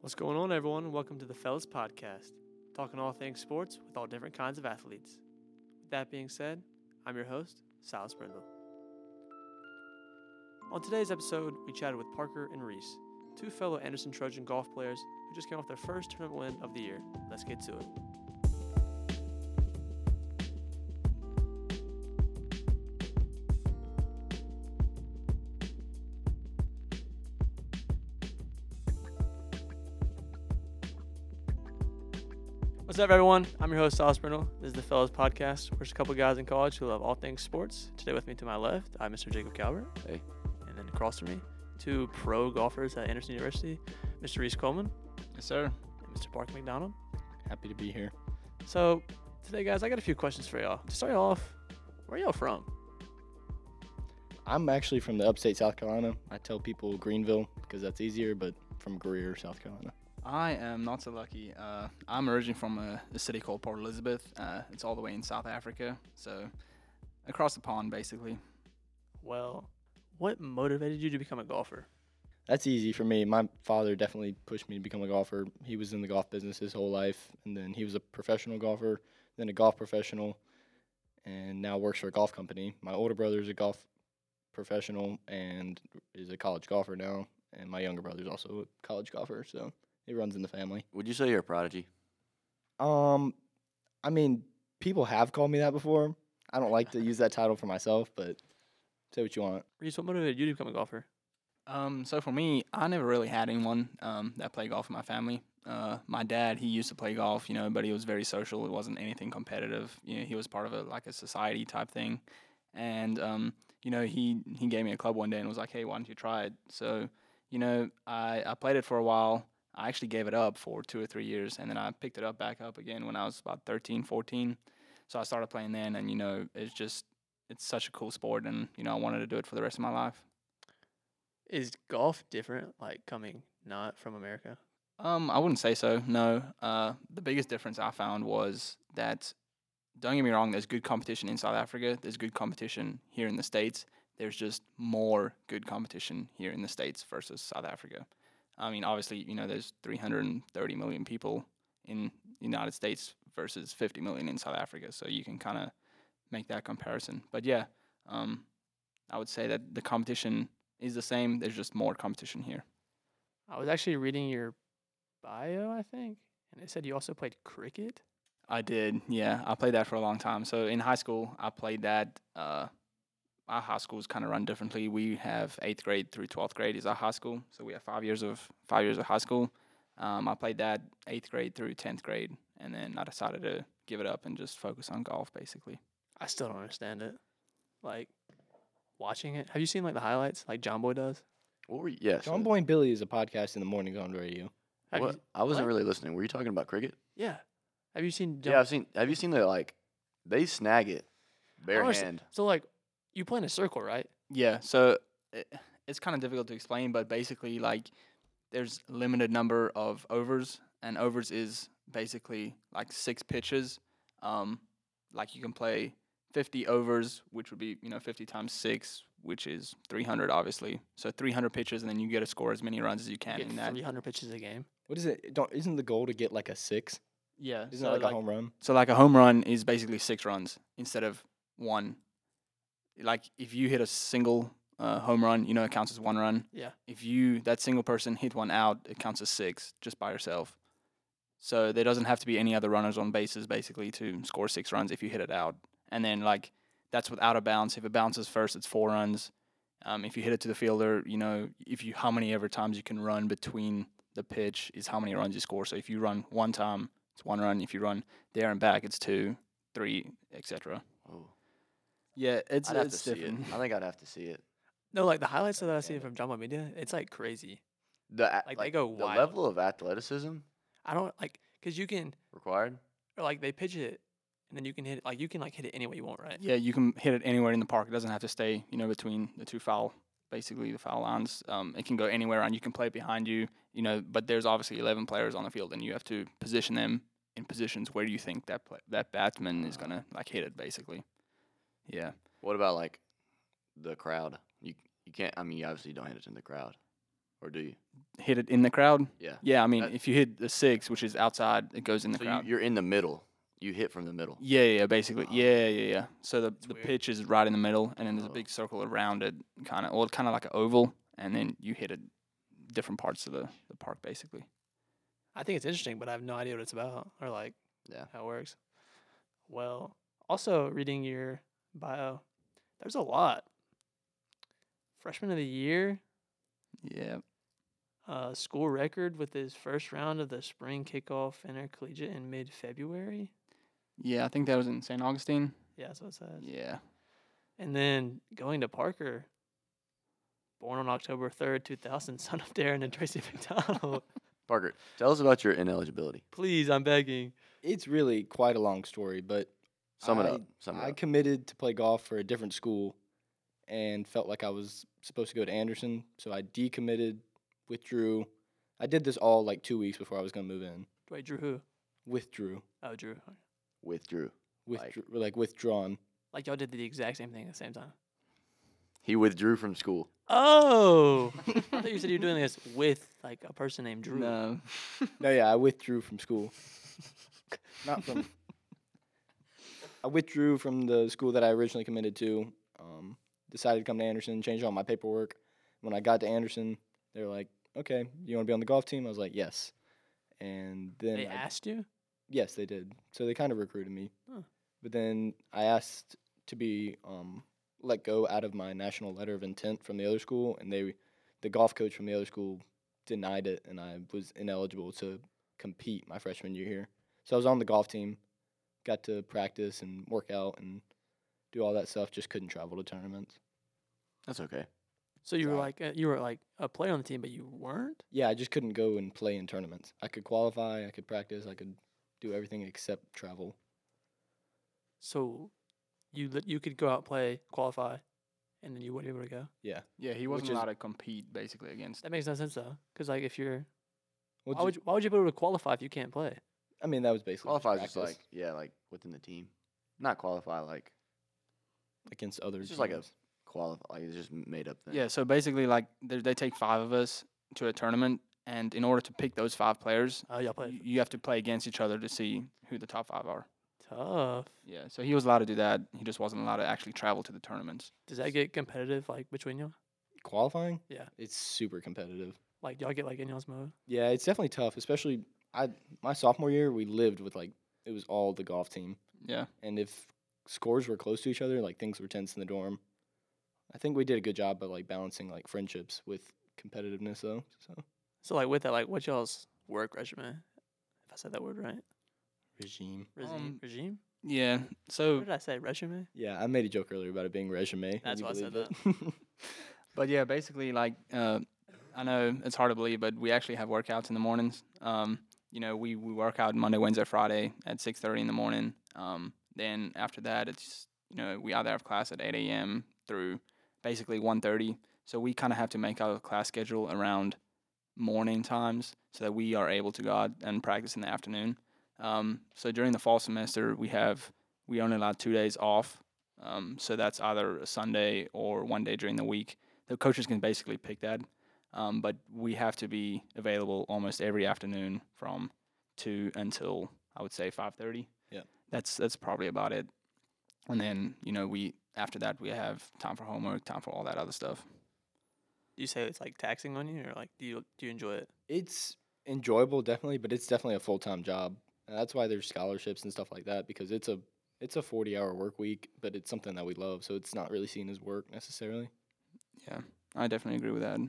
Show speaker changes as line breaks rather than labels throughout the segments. What's going on, everyone? Welcome to the Fellas Podcast, talking all things sports with all different kinds of athletes. With that being said, I'm your host, Silas Brindle. On today's episode, we chatted with Parker and Reese, two fellow Anderson Trojan golf players who just came off their first tournament win of the year. Let's get to it. What's up, everyone? I'm your host, Silas Brindle. This is the Fellas Podcast. We're just a couple guys in college who love all things sports. Today, with me to my left, I'm Mr. Jacob Calvert.
Hey.
And then across from me, two pro golfers at Anderson University, Mr. Reese Coleman
Yes, sir.
and Mr. Park McDonald.
Happy to be here.
So, today, guys, I got a few questions for y'all. To start y'all off, where y'all from?
I'm actually from the upstate South Carolina. I tell people Greenville because that's easier, but from Greer, South Carolina.
I am not so lucky. Uh, I'm originally from a, a city called Port Elizabeth. Uh, it's all the way in South Africa, so across the pond, basically.
Well, what motivated you to become a golfer?
That's easy for me. My father definitely pushed me to become a golfer. He was in the golf business his whole life, and then he was a professional golfer, then a golf professional, and now works for a golf company. My older brother is a golf professional and is a college golfer now, and my younger brother's also a college golfer, so it runs in the family.
Would you say you're a prodigy?
Um, I mean, people have called me that before. I don't like to use that title for myself, but say what you want.
Reese, what motivated you to become a golfer?
Um, so for me, I never really had anyone um, that played golf in my family. Uh, my dad, he used to play golf, you know, but he was very social. It wasn't anything competitive. You know, he was part of a like a society type thing, and um, you know, he he gave me a club one day and was like, "Hey, why don't you try it?" So, you know, I I played it for a while. I actually gave it up for two or three years, and then I picked it up back up again when I was about 13, 14. So I started playing then, and you know, it's just it's such a cool sport, and you know, I wanted to do it for the rest of my life.
Is golf different, like coming not from America?
Um, I wouldn't say so. No. Uh, the biggest difference I found was that, don't get me wrong, there's good competition in South Africa. There's good competition here in the States. There's just more good competition here in the States versus South Africa. I mean, obviously, you know, there's 330 million people in the United States versus 50 million in South Africa. So you can kind of make that comparison. But yeah, um, I would say that the competition is the same. There's just more competition here.
I was actually reading your bio, I think, and it said you also played cricket.
I did. Yeah, I played that for a long time. So in high school, I played that. Uh, our high schools kind of run differently. We have eighth grade through twelfth grade is our high school. So we have five years of five years of high school. Um, I played that eighth grade through tenth grade, and then I decided to give it up and just focus on golf, basically.
I still don't understand it. Like watching it. Have you seen like the highlights like John Boy does?
What were you? Yes.
John Boy and Billy is a podcast in the mornings on radio.
Have you-
What? I wasn't
what?
really listening. Were you talking about cricket?
yeah. Have you seen
Yeah, I've seen. Have you seen the like? They snag it, bare
I understand-
hand.
So like you play in a circle, right?
Yeah, so it, it's kind of difficult to explain, but basically, like, there's limited number of overs, and overs is basically like six pitches. Um, like you can play 50 overs, which would be you know 50 times six, which is 300, obviously. So 300 pitches, and then you get to score as many runs as you
You
can
get
in that.
300 pitches a game.
What is it? Don't isn't the goal to get like a six?
Yeah,
Isn't that like, a home run?
So like a home run is basically six runs instead of one. Like if you hit a single uh, home run, you know it counts as one run.
Yeah.
If you that single person hit one out, it counts as six just by yourself. So there doesn't have to be any other runners on bases basically to score six runs if you hit it out. And then like that's without a bounce. If it bounces first, it's four runs. Um, if you hit it to the fielder, you know if you how many ever times you can run between the pitch is how many runs you score. So if you run one time, it's one run. If you run there and back, it's two, three, etc.
Oh,
Yeah, it's
I'd have to
it's
see
different.
it. I think I'd have to see it.
No, like the highlights that I see
Yeah.
from John Boy Media, it's like crazy.
The a-
Like, they go
The
wild.
level of athleticism
I don't like cuz you can
required.
or like they pitch it and then you can hit it like you can like hit it any way you want, right?
Yeah, you can hit it anywhere in the park. It doesn't have to stay, you know, between the two foul, basically the foul lines. Um, it can go anywhere, and you can play it behind you, you know. But there's obviously 11 players on the field, and you have to position them in positions where you think that pla that batsman is gonna
Uh.
like hit it, basically. Yeah.
What about like the crowd? You you can't. I mean, you obviously don't hit it in the crowd. or do you?
hit it in the crowd.
Yeah.
Yeah, I mean,
That-
if you hit the six, which is outside, it goes in the
So you,
crowd.
you're in the middle. You hit from the middle.
yeah, yeah, basically.
Oh.
Yeah, yeah, yeah. So the, the
weird.
pitch is right in the middle, and then there's a
Oh.
big circle around it, kind of, well, kind of like an oval, and then you hit it different parts of the, the park, basically.
I think it's interesting, but I have no idea what it's about or like
Yeah.
how it works. Well, also reading your bio, there's a lot. Freshman of the year,
Yeah.
uh, school record with his first round of the spring kickoff intercollegiate in mid February.
Yeah, I think that was in St. Augustine.
Yeah, that's what it says.
Yeah.
And then going to Parker, born on October 3rd, 2000, son of Darren and Tracy McDonald.
Parker, tell us about your ineligibility.
Please, I'm begging.
It's really quite a long story, but
Sum it
I-
up. Sum it
I
up.
committed to play golf for a different school and felt like I was supposed to go to Anderson. So I decommitted, withdrew. I did this all like two weeks before I was going to move in.
Wait, Drew who?
Withdrew.
Oh, Drew.
Withdrew. Like-
Withdrew like, withdrawn.
Like y'all did the exact same thing at the same time.
He withdrew from school.
Oh, I thought you said you were doing this with like a person named Drew.
No.
No, yeah, I withdrew from school. Not from. I withdrew from the school that I originally committed to. Um, decided to come to Anderson, changed all my paperwork. When I got to Anderson, they were like, "Okay, you want to be on the golf team?" I was like, "Yes." And then
they
I-
asked you.
Yes, they did. So they kind of recruited me.
Huh.
But then I asked to be um, let go out of my national letter of intent from the other school, and they, the golf coach from the other school, denied it, and I was ineligible to compete my freshman year here. So I was on the golf team, got to practice and work out and do all that stuff. Just couldn't travel to tournaments.
That's okay.
So you were
Sorry.
like uh, you were like a player on the team, but you weren't.
Yeah, I just couldn't go and play in tournaments. I could qualify, I could practice, I could do everything except travel.
So you li- you could go out play qualify, and then you wouldn't be able to go.
yeah, he
Which
wasn't
is-
allowed to compete, basically, against.
That makes no sense though, because like if you're why
Well, ju-
would you, why would you be able to qualify if you can't play?
I mean, that was basically just
Qualify is just
practice.
like yeah, like within the team. Not qualify like
against other
It's just like a-
teams.
qualify. Like it's just made up thing.
Yeah, so basically, like, they they take five of us to a tournament, and in order to pick those five players,
Oh, y'all
you,
play
you have to play against each other to see who the top five are.
tough.
Yeah, so he was allowed to do that. He just wasn't allowed to actually travel to the tournaments.
Does that get competitive like between y'all?
qualifying.
Yeah.
it's super competitive.
Like y'all get like in y'all's mode?
Yeah, it's definitely tough, especially I my sophomore year we lived with like it was all the golf team,
Yeah,
and if scores were close to each other, like things were tense in the dorm. I think we did a good job of like balancing like friendships with competitiveness though. So
So like with that, like what y'all's work regimen? If I said that word right,
regime.
regime.
Um,
regime.
yeah.
What
So,
did I say? Regimen.
Yeah, I made a joke earlier about it being resume. Would
That's
you
why I said
believe it?
but yeah, basically, like, uh, I know it's hard to believe, but we actually have workouts in the mornings. Um, you know, we we work out Monday, Wednesday, Friday at six thirty in the morning. Um, then after that, it's you know we either have class at eight a.m. through basically one thirty. So we kind of have to make our class schedule around morning times so that we are able to go out and practice in the afternoon. Um, so during the fall semester, we have we only allow two days off. Um, so that's either a Sunday or one day during the week. The coaches can basically pick that, um, but we have to be available almost every afternoon from two until I would say five thirty.
Yeah.
that's that's probably about it. And then you know we after that we have time for homework, time for all that other stuff.
Do you say it's like taxing on you, or like do you do you enjoy it?
it's enjoyable definitely, but it's definitely a full time job. And that's why there's scholarships and stuff like that because it's a it's a forty hour work week, but it's something that we love, so it's not really seen as work necessarily.
Yeah, I definitely agree with that.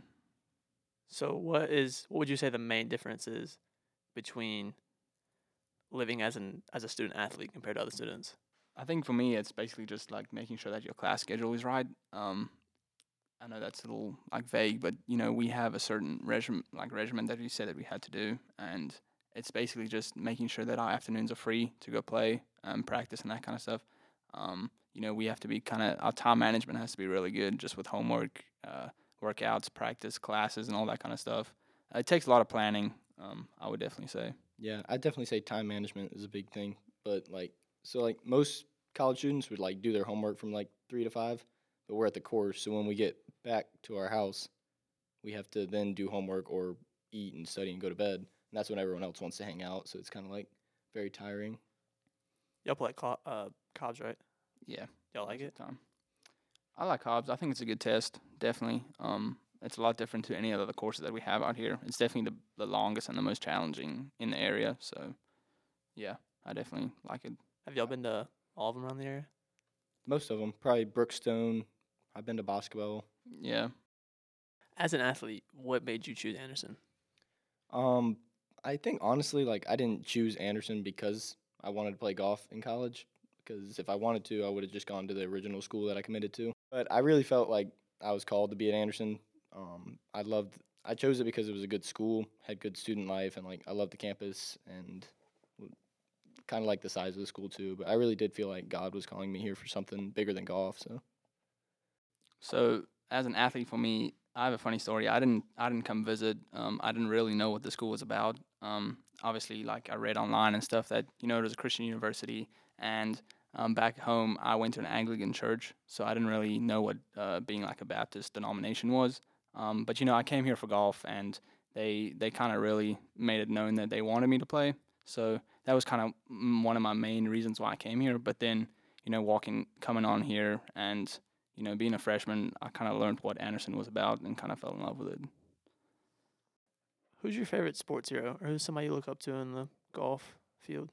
So what is what would you say the main difference is between living as an as a student athlete compared to other students?
I think for me, it's basically just like making sure that your class schedule is right. Um, I know that's a little like vague, but you know we have a certain regiment, like regiment that we said that we had to do, and it's basically just making sure that our afternoons are free to go play and practice and that kind of stuff. Um, you know, we have to be kind of our time management has to be really good, just with homework, uh, workouts, practice, classes, and all that kind of stuff. Uh, it takes a lot of planning. Um, I would definitely say.
Yeah, I definitely say time management is a big thing. But like, so like most college students would like do their homework from like three to five, but we're at the course, so when we get back to our house, we have to then do homework or eat and study and go to bed. And that's when everyone else wants to hang out. So it's kind of like very tiring.
Y'all play co- uh, Cobs, right?
Yeah.
Y'all like
That's
it?
the Time. I like Hobbs. I think it's a good test, definitely. Um, it's a lot different to any other courses that we have out here. It's definitely the, the longest and the most challenging in the area. So, yeah, I definitely like it.
Have y'all been to all of them around the area?
Most of them, probably Brookstone. I've been to Boscobel.
Yeah.
As an athlete, what made you choose Anderson?
Um, I think honestly, like I didn't choose Anderson because I wanted to play golf in college. Because if I wanted to, I would have just gone to the original school that I committed to. But I really felt like I was called to be at Anderson. Um, I loved. I chose it because it was a good school, had good student life, and like I loved the campus and kind of like the size of the school too. But I really did feel like God was calling me here for something bigger than golf. So
So as an athlete, for me, I have a funny story. I didn't I didn't come visit. Um, I didn't really know what the school was about. Um, obviously, like I read online and stuff that you know it was a Christian university, and um, back home I went to an Anglican church, so I didn't really know what uh, being like a Baptist denomination was. Um, but you know, I came here for golf, and they they kind of really made it known that they wanted me to play. So that was kind of one of my main reasons why I came here. But then you know, walking coming on here and you know, being a freshman, I kind of learned what Anderson was about and kind of fell in love with it.
Who's your favorite sports hero, or who's somebody you look up to in the golf field?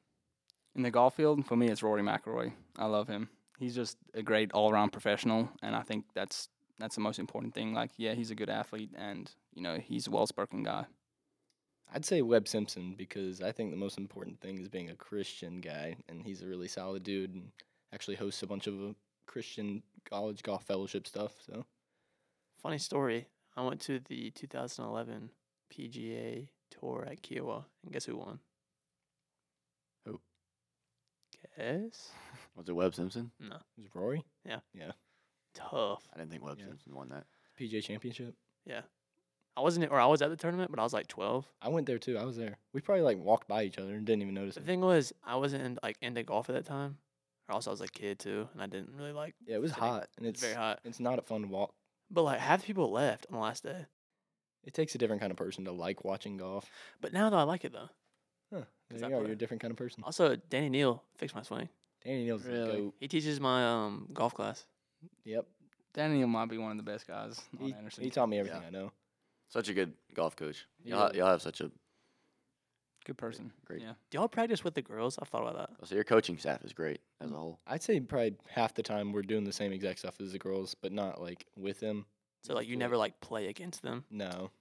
In the golf field, for me, it's Rory McIlroy. I love him. He's just a great all-around professional, and I think that's that's the most important thing. Like, yeah, he's a good athlete, and you know, he's a well-spoken guy.
I'd say Webb Simpson because I think the most important thing is being a Christian guy, and he's a really solid dude and actually hosts a bunch of uh, Christian college golf fellowship stuff. So
Funny story. I went to the 2011 PGA Tour at Kiowa, and guess who won?
Who?
Guess.
Was it Webb Simpson?
No.
is Rory
Tough.
I didn't think Webb
Yeah.
Simpson won that.
PJ Championship?
I wasn't, or I was at the tournament, but I was like 12.
I went there too. I was there. We probably like walked by each other and didn't even notice
The
it.
thing was, I wasn't in, like into golf at that time, or else I was a kid too, and I didn't really like.
Yeah, it was
sitting-
hot, and
It's
it's
very hot.
it's not a fun walk.
But like half the people left on the last day.
It takes a different kind of person to like watching golf.
But now though, I like it though.
Huh, there
'Cause I
you are.
play.
You're a different kind of person.
Also, Danny Neal fixed my swing.
Danny Neal's the
Really?
goat.
He teaches my um golf class.
Yep,
Daniel might be one of the best guys on
he,
Anderson.
he taught me everything I know.
Such a good golf coach.
He
Y'all,
really-
y'all have such a
good person.
great.
Yeah.
Do y'all practice with the girls? I've thought about that.
so your coaching staff is great as a whole.
I'd say probably half the time we're doing the same exact stuff as the girls, but not like with them.
So like you
Cool.
never like play against them.
No.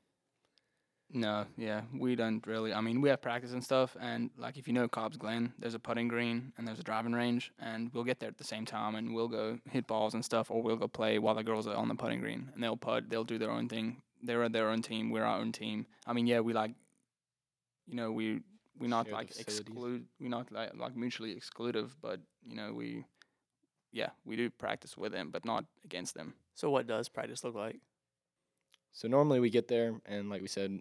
No, yeah, we don't really. I mean, we have practice and stuff, and like if you know Cobb's Glen, there's a putting green and there's a driving range, and we'll get there at the same time, and we'll go hit balls and stuff, or we'll go play while the girls are on the putting green, and they'll putt, they'll do their own thing. They're their own team, we're our own team. I mean, yeah, we like, you know, we we're not
Share the
like
facilities.
exclude, we're not like, like mutually exclusive, but you know, we, yeah, we do practice with them, but not against them.
So what does practice look like?
So normally we get there, and like we said,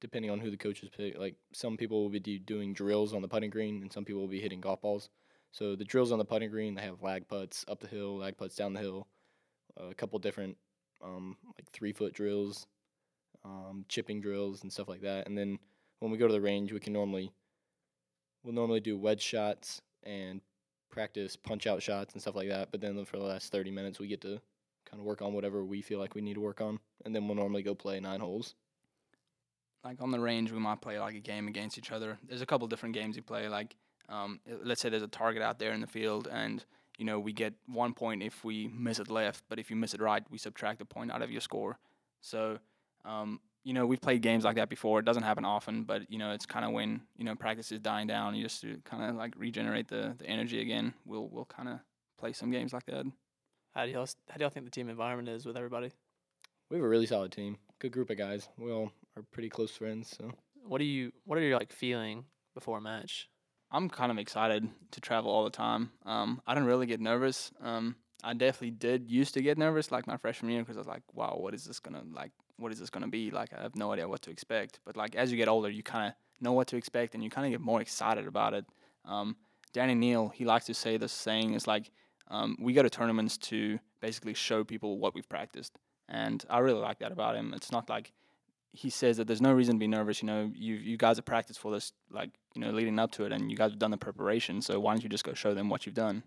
depending on who the coaches pick, like some people will be do- doing drills on the putting green, and some people will be hitting golf balls. So the drills on the putting green, they have lag putts up the hill, lag putts down the hill, uh, a couple different um, like three foot drills, um, chipping drills, and stuff like that. And then when we go to the range, we can normally we'll normally do wedge shots and practice punch out shots and stuff like that. But then for the last thirty minutes, we get to kind of work on whatever we feel like we need to work on, and then we'll normally go play nine holes.
like on the range we might play like a game against each other there's a couple different games you play like um, uh, let's say there's a target out there in the field and you know we get one point if we miss it left but if you miss it right we subtract a point out of your score so um, you know we've played games like that before it doesn't happen often but you know it's kind of when you know practice is dying down you just to kind of like regenerate the, the energy again we'll we'll kind of play some games like that
How do y'all s- how do y'all think the team environment is with everybody?
We have a really solid team, good group of guys. We all are pretty close friends, so
What do you what are you like feeling before a match?
I'm kind of excited to travel all the time. Um, I don't really get nervous. Um, I definitely did used to get nervous like my freshman year because I was like, wow, what is this gonna like? What is this gonna be? Like, I have no idea what to expect. But like as you get older, you kind of know what to expect and you kind of get more excited about it. Um, Danny Neal, he likes to say this saying is like, um, we go to tournaments to basically show people what we've practiced, and I really like that about him. It's not like he says that there's no reason to be nervous. You know, you you guys have practiced for this, like you know, leading up to it, and you guys have done the preparation. So why don't you just go show them what you've done?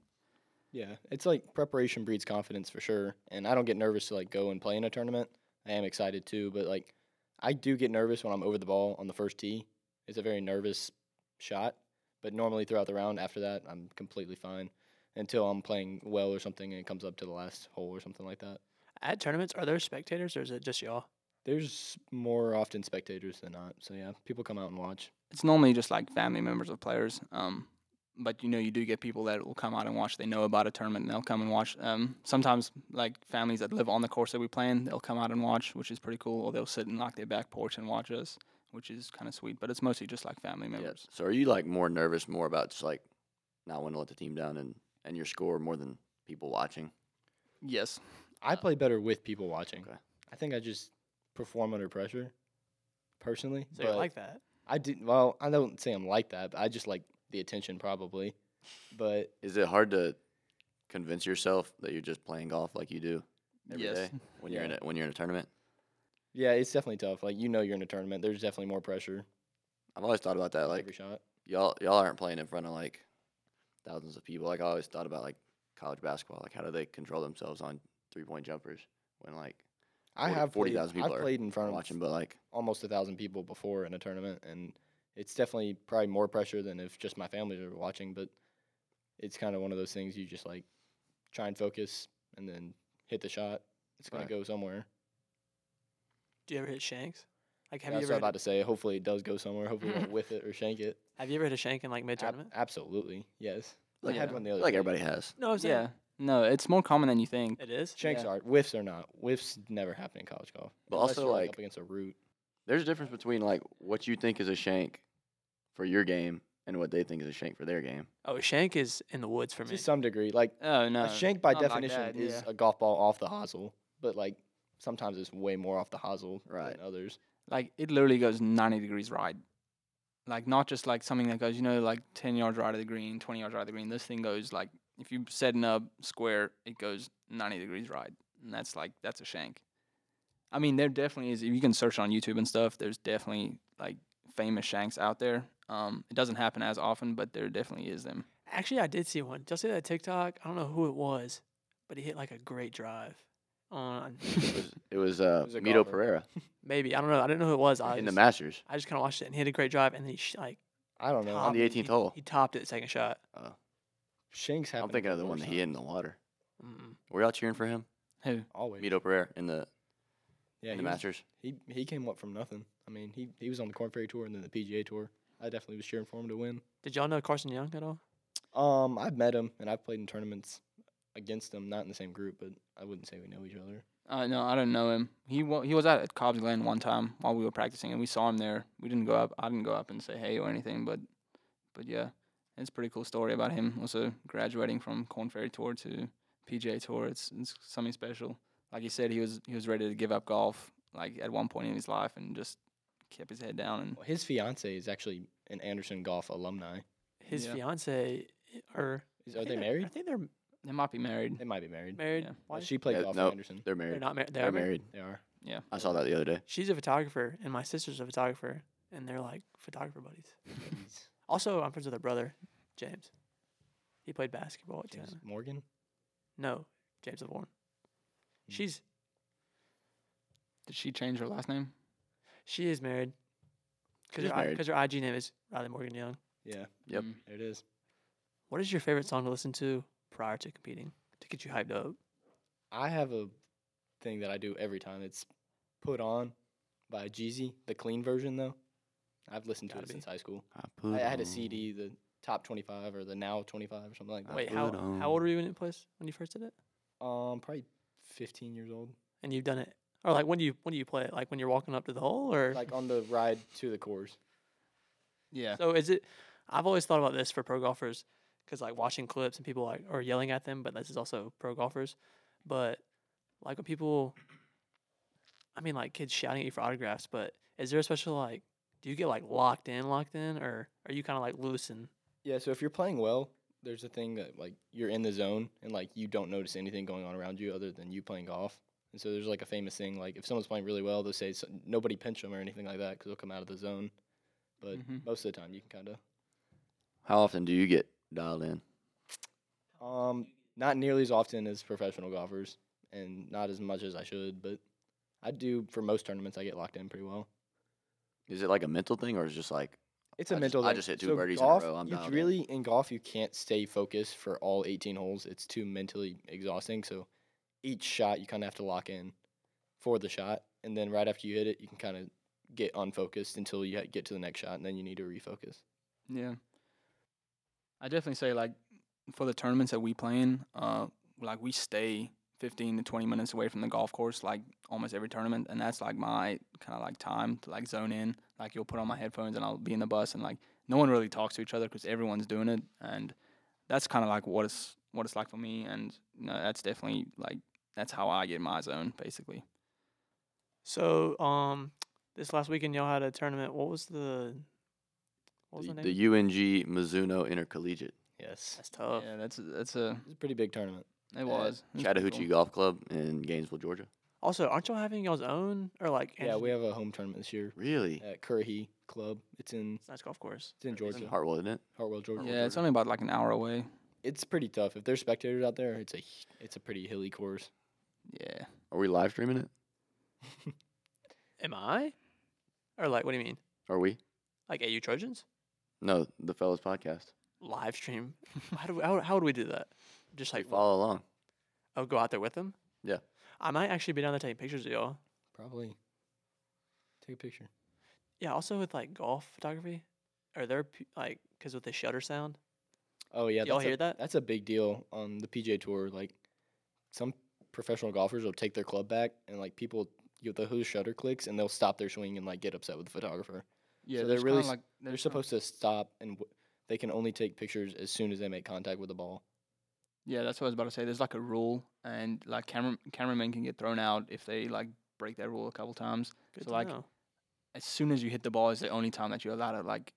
Yeah, it's like preparation breeds confidence for sure. And I don't get nervous to like go and play in a tournament. I am excited too, but like I do get nervous when I'm over the ball on the first tee. It's a very nervous shot, but normally throughout the round after that, I'm completely fine until I'm playing well or something and it comes up to the last hole or something like that.
At tournaments, are there spectators or is it just y'all?
There's more often spectators than not. So yeah, people come out and watch.
It's normally just like family members of players. Um, but you know, you do get people that will come out and watch. They know about a tournament and they'll come and watch. Um, sometimes like families that live on the course that we play in, they'll come out and watch, which is pretty cool. Or they'll sit in like their back porch and watch us, which is kind of sweet. But it's mostly just like family
Yeah.
members.
So are you like more nervous, more about just like not wanting to let the team down and and your score more than people watching?
Yes.
I play better with people watching.
okay.
I think I just perform under pressure, personally.
So you're
but-
like that.
I did well. I don't say I'm like that, but I just like the attention probably. But
Is it hard to convince yourself that you're just playing golf like you do every day
yes.
when you're in
Yeah.
a, when you're in a tournament?
yeah, it's definitely tough. Like you know, you're in a tournament. There's definitely more pressure.
I've always thought about that.
with
Like
every shot.
y'all y'all aren't playing in front of like thousands of people. Like I always thought about like college basketball. Like how do they control themselves on three point jumpers when like
I
40
have forty
40,000
thousand people.
people
I've
are
played in
I'm
front of
watching, but like
almost a thousand people before in a tournament, and it's definitely probably more pressure than if just my family were watching. But it's kind of one of those things you just like try and focus, and then hit the shot. It's gonna
Right.
go somewhere.
Do you ever hit shanks? Like, have
That's
you
what
ever
I'm about
hit,
to say. Hopefully, it does go somewhere. Hopefully, I don't whiff it or shank it.
have you ever hit a shank in like mid
Ab-
tournament?
absolutely, yes. I
Like,
had
yeah.
one the
I
other
feel like
day.
everybody has.
No,
Oh,
I'm saying
Yeah. No, it's more common than you think.
it is.
Shanks
Yeah.
are whiffs are not. Whiffs never happen in college golf.
But
Unless
also,
you're,
like-
up against a root.
There's a difference between like what you think is a shank for your game and what they think is a shank for their game.
Oh, a shank is in the woods for me.
To some degree, like
Oh no.
a shank by
not like
definition
that,
is
yeah.
a golf ball off the hosel, but like sometimes it's way more off the hosel
Right.
than others.
like it literally goes 90 degrees right like not just like something that goes you know like 10 yards right of the green 20 yards right of the green this thing goes like if you set an up square it goes 90 degrees right and that's like that's a shank i mean there definitely is if you can search on youtube and stuff there's definitely like famous shanks out there um, it doesn't happen as often but there definitely is them
Actually, I did see one. Did y'all see that TikTok? I don't know who it was, but he hit like a great drive on
It was it was, uh,
was a
Mito
golfer.
Pereira
maybe I don't know. I didn't know who it was. I
in the
just,
Masters
I just kind of watched it and he hit a great drive and then he sh- like
I don't know.
Top.
on the
he-
18th hole.
he topped it second shot.
Shanks happen.
I'm thinking of the one
worse
that he hit in the water.
Mm.
Were y'all cheering for him?
who
times. always.
Mito Pereira in the
Yeah,
in
he, was,
the Masters.
he he came up from nothing. I mean, he he was on the Corn Ferry Tour and then the PGA Tour. I definitely was cheering for him to win.
Did y'all know Carson Young at all?
Um, I've met him and I've played in tournaments against him, not in the same group, but I wouldn't say we know each other.
Uh, no, I don't know him. He wa- he was out at Cobb's Glen one time while we were practicing, and we saw him there. We didn't go up. I didn't go up and say hey or anything, but but yeah, it's a pretty cool story about him. Also graduating from Corn Ferry Tour to PGA Tour. It's it's something special. Like he said, he was he was ready to give up golf like at one point in his life, and just kept his head down. And
Well, his fiance is actually an Anderson Golf alumni.
His
Yeah.
fiancee fiance or
Is,
I
are
think
they
they're- I
married?
think they're
they might be married.
They might be married.
married.
Yeah.
Why-
Well, she played
Yeah,
golf
no,
with Anderson.
They're
They're married.
not married.
They're
They're married.
married.
They are.
I saw that the other day.
She's a photographer and my sister's a photographer and they're like photographer buddies.
Jeez.
Also, I'm friends with her brother, James. He played basketball at
James
James.
Morgan.
No, James Lavorne.
Mm.
She's
Did she change her last name?
she is married. Because
She's
her,
married.
I- 'cause her IG name is Riley Morgan Young.
Yeah,
Yep.
Mm.
there it is.
What is your favorite song to listen to prior to competing to get you hyped up?
I have a thing that I do every time. It's put on by Jeezy, the clean version though. I've listened to
Gotta
it
be.
since high school.
I,
I,
put
I had a
on-
CD, the top 25 or the now 25 or something like that.
I
Wait,
put
how
it on.
how old were you when it plays when you first did it?
Um, probably 15 years old.
And you've done it, or like when do you when do you play it? Like when you're walking up to the hole, or
Like on the ride to the course.
Yeah.
so is it? I've always thought about this for pro golfers, because like watching clips and people like are yelling at them, but this is also pro golfers. But like when people, I mean, like kids shouting at you for autographs. But is there a special like? Do you get like locked in, locked in, or are you kind of like loose and
Yeah, so if you're playing well, there's a thing that like you're in the zone and like you don't notice anything going on around you other than you playing golf. And so there's like a famous thing like if someone's playing really well, they'll say so, nobody pinch them or anything like that because they'll come out of the zone. But
Mhm.
most of the time, you can kind of
How often do you get dialed in?
Um, not nearly as often as professional golfers, and not as much as I should. But I do for most tournaments. I get locked in pretty well.
Is it like a mental thing or is it just like
It's a
I just-
mental.
I
thing.
just hit two
So
birdies in a
golf,
row, I'm
you
dialed in.
really in golf you can't stay focused for all 18 holes. It's too mentally exhausting. So each shot you kind of have to lock in for the shot, and then right after you hit it, you can kind of get unfocused until you ha- get to the next shot, and then you need to refocus.
Yeah. I definitely say like for the tournaments that we play in, uh, like we stay fifteen to twenty minutes away from the golf course, like almost every tournament, and that's like my kind of like time to like zone in. Like you'll put on my headphones and I'll be in the bus, and like no one really talks to each other because everyone's doing it, and that's kind of like what it's what it's like for me, and you know, that's definitely like that's how I get my zone basically.
So, um, this last weekend y'all had a tournament. What was the what was
the,
the, name?
the UNG Mizuno Intercollegiate?
Yes,
That's tough.
Yeah, that's that's a
it's a pretty big tournament.
it was It was pretty
Chattahoochee
cool.
Golf Club in Gainesville, Georgia.
Also, aren't y'all having y'all's own or like?
Yeah,
Andrews-
we have a home tournament this year
Really?
at Currahee Club. It's in
It's a nice golf course.
it's in
It's in
Georgia,
Hartwell, isn't it?
Hartwell, Georgia.
Yeah, it's only about like an hour away.
it's pretty tough. If there's spectators out there, it's a h- it's a pretty hilly course.
Yeah.
Are we live streaming it?
Am I? Or like, what do you mean?
Are we?
Like AU Trojans
No, the Fellas Podcast.
live stream? how do we, how, how would we do that? Just
Like
like
follow along.
oh, go out there with them.
Yeah.
I might actually be down there taking pictures of y'all.
Probably. Take a picture.
Yeah. Also with like golf photography, are there p- like because with the shutter sound?
Oh yeah,
y'all
that's a-
hear that?
That's a big deal on the PGA Tour. Like some professional golfers will take their club back, and like people get the whose shutter clicks, and they'll stop their swing and like get upset with the photographer.
Yeah,
So they're
there's kinda
really s-
like
They're supposed to stop, and w- they can only take pictures as soon as they make contact with the ball.
Yeah, that's what I was about to say. There's like a rule, and like camera cameramen can get thrown out if they like break that rule a couple times.
Good
So,
to
like,
know.
As soon as you hit the ball is the only time that you're allowed to like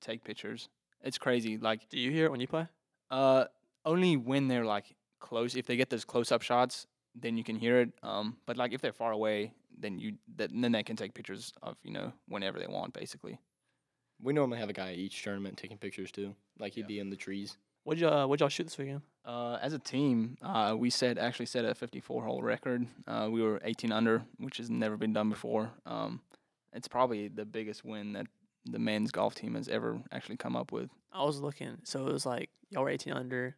take pictures. It's crazy. Like
Do you hear it when you play?
uh, only when they're like close. If they get those close up shots, then you can hear it. Um, but like if they're far away, then you th- then they can take pictures of you know whenever they want basically.
We normally have a guy at each tournament taking pictures too. Like he'd
Yeah.
be in the trees.
What'd y'all What'd y'all shoot this weekend?
Uh, as a team, uh, we set actually set a 54 hole record. Uh, we were 18 under, which has never been done before. Um, it's probably the biggest win that the men's golf team has ever actually come up with.
I was looking. So it was like y'all were 18 under.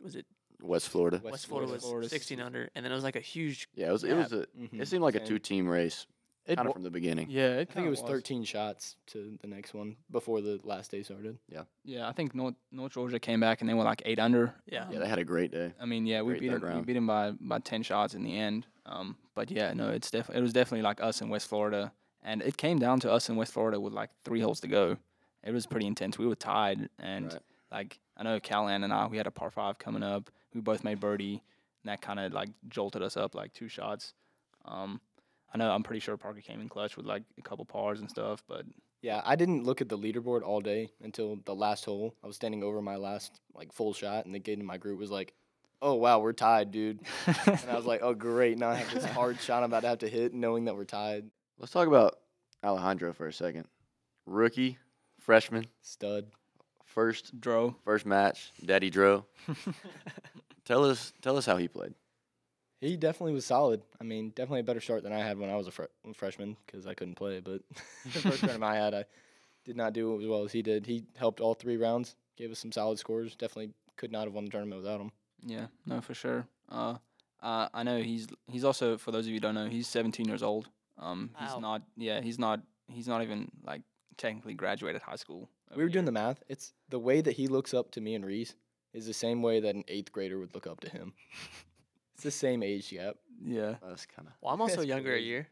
Was it
West Florida.
West, Florida was
Florida,
16 under, and then it was like a huge.
Yeah, it was.
Yeah,
It was a.
Mhm.
Hmm,
It seemed like a
Same.
two team race,
It
kind
wa-
of from the beginning.
yeah,
I
Oh,
think it was 13 shots to the next one before the last day started.
Yeah, I think North North Georgia came back and they were like eight under.
Yeah.
Yeah, they had a great day.
I mean, yeah, we
Great
beat
third
him, we
round.
beat him by by ten shots in the end. Um, but yeah, no, it's def- it was definitely like us in West Florida, and it came down to us in West Florida with like three holes to go. It was pretty intense. We were tied, and
Right.
like I know Callahan and I, we had a par five coming up. We both made birdie, and that kind of like jolted us up like two shots. Um, I know I'm pretty sure Parker came in clutch with like a couple pars and stuff, but
Yeah, I didn't look at the leaderboard all day until the last hole. I was standing over my last like full shot, and the kid in my group was like, "Oh wow, we're tied, dude." And I was like, "Oh great, now I have this hard shot I'm about to have to hit, knowing that we're tied."
Let's talk about Alejandro for a second. Rookie, freshman,
Stud.
first
Dro,
first match. Daddy Dro. tell us tell us how he played.
He definitely was solid. I mean, definitely a better start than I had when I was a fre- freshman because I couldn't play. But the first round I had, I did not do as well as he did. He helped all three rounds, gave us some solid scores. Definitely could not have won the tournament without him.
Yeah, no, for sure. Uh, uh, I know he's he's also for those of you who don't know, he's 17 years old. Um,
Wow.
he's not. Yeah, he's not. He's not even like technically graduated high school.
We were doing the math. It's the way that he looks up to me and Reese is the same way that an eighth grader would look up to him. it's the same age gap.
Yeah,
That's kind of.
Well, I'm also
That's
younger a
crazy.
year.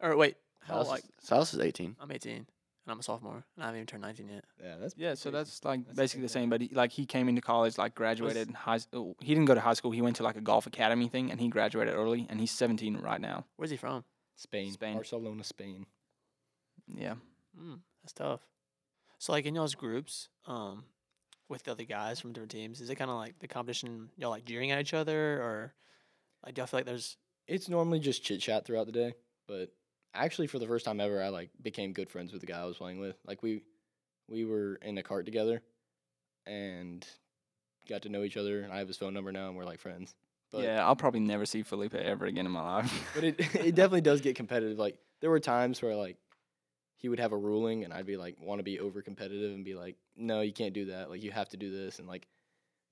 Or wait, how
Silas,
like
is- Silas is 18.
I'm 18 and I'm a sophomore and I haven't even turned 19 yet.
Yeah, that's
yeah. So
crazy.
that's like
That's
basically the
insane.
same. But he, like he came into college, like graduated high. s- oh, He didn't go to high school. He went to like a golf academy thing, and he graduated early. And he's 17 right now.
Where's he from?
Spain,
Spain.
Barcelona, Spain.
Yeah.
Mm, that's tough. So like in y'all's groups, um, with the other guys from different teams, is it kind of like the competition y'all like jeering at each other or like do y'all feel like there's
it's normally just chit chat throughout the day, but actually for the first time ever, I like became good friends with the guy I was playing with. Like we we were in a cart together, and got to know each other. And I have his phone number now, and we're like friends. But
yeah, I'll probably never see Felipe ever again in my life.
but it it definitely does get competitive. Like there were times where like he would have a ruling and I'd be like want to be over competitive and be like, no, you can't do that. Like you have to do this. And like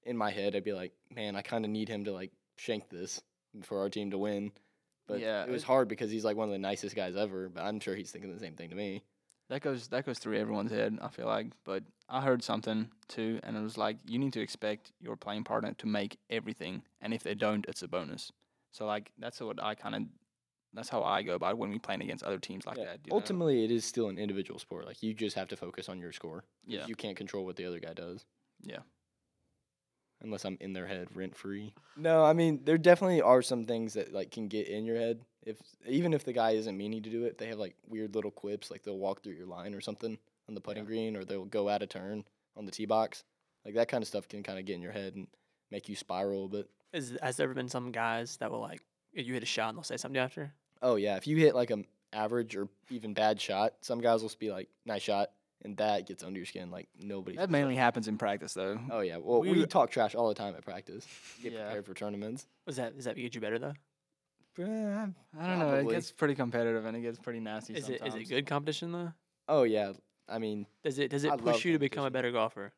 in my head, I'd be like, man, I kind of need him to like shank this for our team to win. But
Yeah,
it was
it-
hard because he's like one of the nicest guys ever. But I'm sure he's thinking the same thing to me.
that goes that goes through everyone's head. I feel like, but I heard something too, and it was like you need to expect your playing partner to make everything, and if they don't, it's a bonus. So like that's what I kind of that's how I go about it when we playing against other teams like
Yeah,
that. you know?
Ultimately, it is still an individual sport. Like you just have to focus on your score. 'cause
Yeah.
you can't control what the other guy does.
Yeah.
Unless I'm in their head rent free. No, I mean there definitely are some things that like can get in your head. If even if the guy isn't meaning to do it, they have like weird little quips. Like they'll walk through your line or something on the putting green, or they'll go out of turn on the tee box. Like that kind of stuff can kind of get in your head and make you spiral a bit.
Is, has there ever been some guys that will like you hit a shot and they'll say something after?
Oh yeah, if you hit like an average or even bad shot, some guys will just be like, "Nice shot," and that gets under your skin. Like nobody.
that mainly happens in practice though.
Oh yeah, well we,
We-
talk trash all the time at practice. Get
Yeah.
prepared for tournaments.
Was that is that get you better though?
I don't know. It
probably.
gets pretty competitive and it gets pretty nasty.
Is
sometimes.
it is it good competition though?
Oh yeah, I mean
Does it does
I
it
love
push you to become a
competition.
better golfer?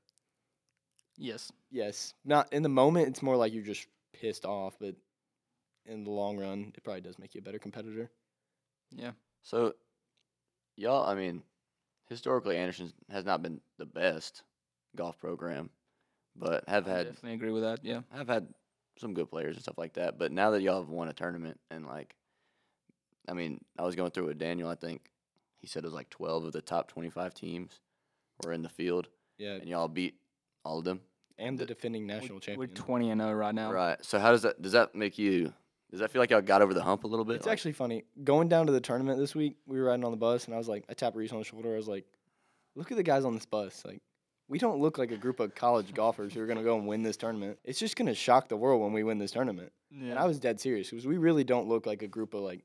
Yes.
yes, not in the moment. It's more like you're just pissed off, but in the long run, it probably does make you a better competitor.
So, y'all, I mean, historically, Anderson has not been the best golf program, but have
Oh,
I
had
definitely agree with that. Yeah.
have had some good players and stuff like that. But now that y'all have won a tournament and like, I mean, I was going through it with Daniel. I think he said it was like twelve of the top twenty-five teams were in the field,
Yeah,
and y'all beat all of them.
and the
the-
defending national
We're
champion.
20 and 0 right now.
Right. So how does that does that make you? Does that feel like y'all got over the hump a little bit?
It's
Like,
actually funny. Going down to the tournament this week, we were riding on the bus, and I was like, I tapped Reese on the shoulder. I was like, look at the guys on this bus. Like, we don't look like a group of college golfers who are going to go and win this tournament. It's just going to shock the world when we win this tournament. And I was dead serious because we really don't look like a group of like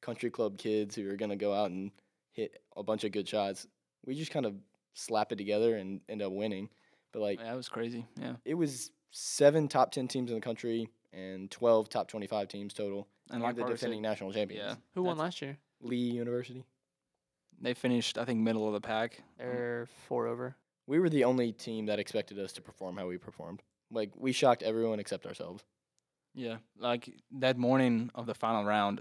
country club kids who are going to go out and hit a bunch of good shots. We just kind of slap it together and end up winning. But like,
Yeah, that was crazy. Yeah.
it was seven top 10 teams in the country and 12 top 25 teams total.
And
And
like
the
Carter said,
defending national champions.
yeah,
Who won
that's-
last year?
Lee University.
They finished, I think, middle of the pack.
Er.
They're four over.
We were the only team that expected us to perform how we performed. Like we shocked everyone except ourselves.
Yeah, like that morning of the final round,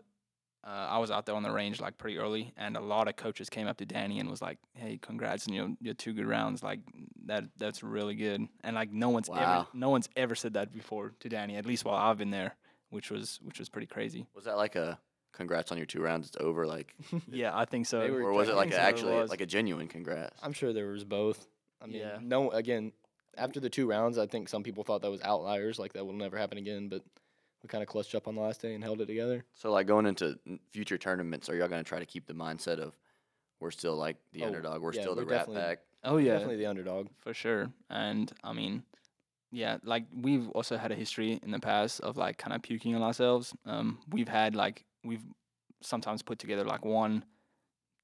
uh, I was out there on the range like pretty early, and a lot of coaches came up to Danny and was like, "Hey, congrats on your your two good rounds. Like that that's really good." And like no one's ever
Wow.
no one's ever said that before to Danny, at least while I've been there, which was which was pretty crazy.
was that like a congrats on your two rounds? It's over. Like,
yeah, I think so.
They were
or was it
I
like
think
a,
so, it
actually
was.
like a genuine congrats?
I'm sure there was both. I mean,
Yeah.
no. Again, after the two rounds, I think some people thought that was outliers. Like that will never happen again. But we kind of clutched up on the last day and held it together.
So like going into n- future tournaments, are y'all going to try to keep the mindset of we're still like the
Oh,
underdog, we're
yeah,
still the
we're
Rat
definitely-
Pack?
oh yeah,
Definitely the underdog.
for sure. And I mean, yeah, like we've also had a history in the past of like kind of puking on ourselves. Um, we've had like we've sometimes put together like one,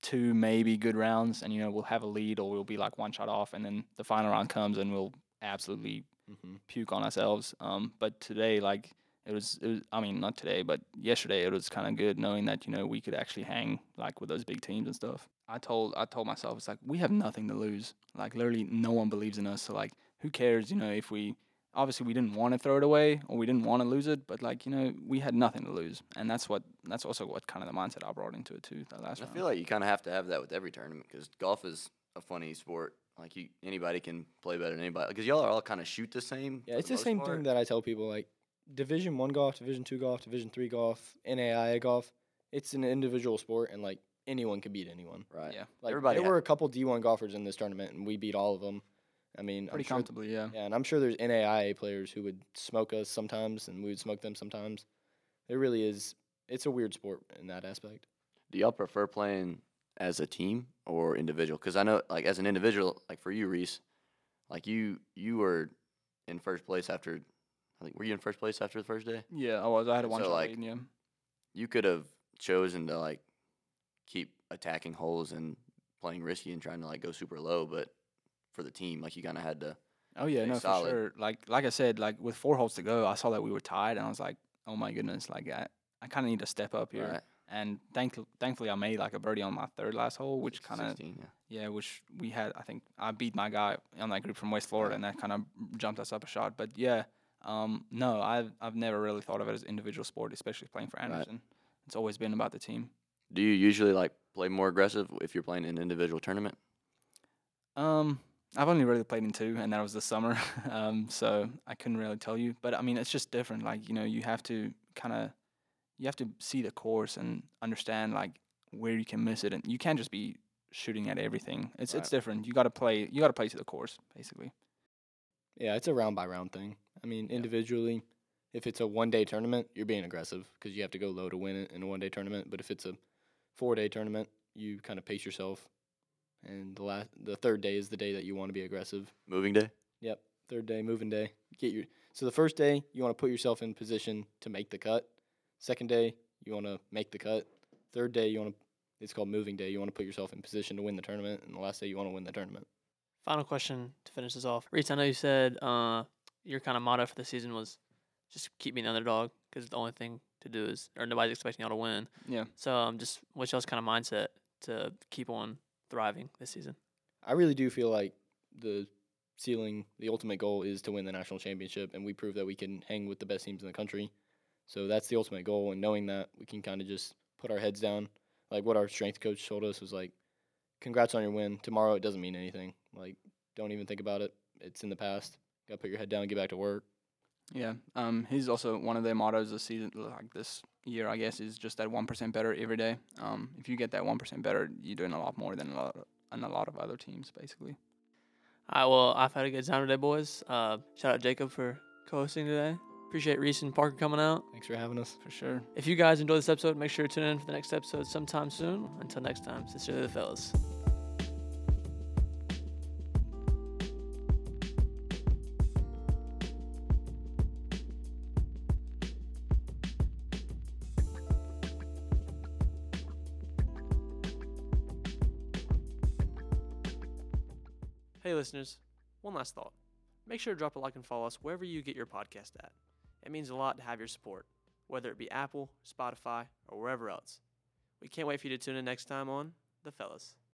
two maybe good rounds, and you know we'll have a lead or we'll be like one shot off, and then the final round comes and we'll absolutely
Mm-hmm.
puke on ourselves. Um, but today, like it was, it was, I mean, not today, but yesterday, it was kind of good knowing that you know we could actually hang like with those big teams and stuff. I told, I told myself, it's like we have nothing to lose. Like literally, no one believes in us. So like, who cares? You know, if we obviously we didn't want to throw it away or we didn't want to lose it, but like you know, we had nothing to lose, and that's what that's also what kind of the mindset I brought into it too. That last
I
round.
feel like you kind of have to have that with every tournament because golf is a funny sport. Like you, anybody can play better than anybody because y'all are all kind of shoot the same.
Yeah,
for
it's the
most
same
part.
thing that I tell people. Like Division One golf, Division Two golf, Division Three golf, NAIA golf. It's an individual sport, and like anyone can beat anyone.
right?
yeah,
Like
Everybody
there
ha-
were a couple D1 golfers in this tournament, and we beat all of them. I mean, I'm
pretty
sure-
comfortably. Yeah.
Yeah, and I'm sure there's NAIA players who would smoke us sometimes, and we would smoke them sometimes. It really is. It's a weird sport in that aspect.
Do y'all prefer playing as a team or individual? Because I know, like, as an individual, like for you, Reese, like you, you were in first place after. I think were you in first place after the first day?
Yeah, I was. I had a
So,
one shot
like,
lead. Yeah.
you could have chosen to like keep attacking holes and playing risky and trying to like go super low, but for the team, like you kind of had to.
Oh yeah,
Stay
no,
solid.
for sure. Like like I said, like with four holes to go, I saw that we were tied, and I was like, oh my goodness, like I, I kind of need to step up here.
Right.
And thank, thankfully, I made like a birdie on my third last hole, which kind of
16, yeah.
yeah, which we had. I think I beat my guy on that group from West Florida, and that kind of jumped us up a shot. But yeah, um, no, I've I've never really thought of it as individual sport, especially playing for
Right.
Anderson. It's always been about the team.
Do you usually like play more aggressive if you're playing an individual tournament?
Um, I've only really played in two, and that was this summer. um, so I couldn't really tell you. But I mean, it's just different. Like you know, you have to kind of you have to see the course and understand like where you can miss it, and you can't just be shooting at everything. It's
Right.
it's different. You got to play. You got to play to the course, basically.
Yeah, it's a round by round thing. I mean, individually, if it's a one day tournament, you're being aggressive because you have to go low to win it in a one day tournament. But if it's a four day tournament, you kind of pace yourself, and the last the third day is the day that you want to be aggressive.
Moving day?
Yep, third day, moving day. Get your so the first day you want to put yourself in position to make the cut. Second day you want to make the cut. Third day you want to it's called moving day. You want to put yourself in position to win the tournament, and the last day you want to win the tournament.
Final question to finish this off. Reese, I know you said uh, your kind of motto for the season was just keep being the underdog because the only thing to do is, or nobody's expecting y'all to win.
Yeah.
So um, just what's y'all's kind of mindset to keep on thriving this season?
I really do feel like the ceiling, the ultimate goal is to win the national championship, and we prove that we can hang with the best teams in the country. So that's the ultimate goal, and knowing that we can kind of just put our heads down. Like what our strength coach told us was like, "Congrats on your win. Tomorrow it doesn't mean anything. Like don't even think about it. It's in the past. Got to put your head down, get back to work."
Yeah. Um, he's also one of their mottos this season, like this year, I guess, is just that one percent better every day. Um, if you get that one percent better, you're doing a lot more than a lot and a lot of other teams, basically.
All right, well, I've had a good time today, boys. Uh, shout out Jacob for co hosting today. Appreciate Reese and Parker coming out.
Thanks for having us.
For sure.
If you guys enjoyed this episode, make sure to tune in for the next episode sometime soon. Until next time, sincerely, the fellas. Hey, listeners, one last thought. Make sure to drop a like and follow us wherever you get your podcast at. It means a lot to have your support, whether it be Apple, Spotify, or wherever else. We can't wait for you to tune in next time on The Fellas.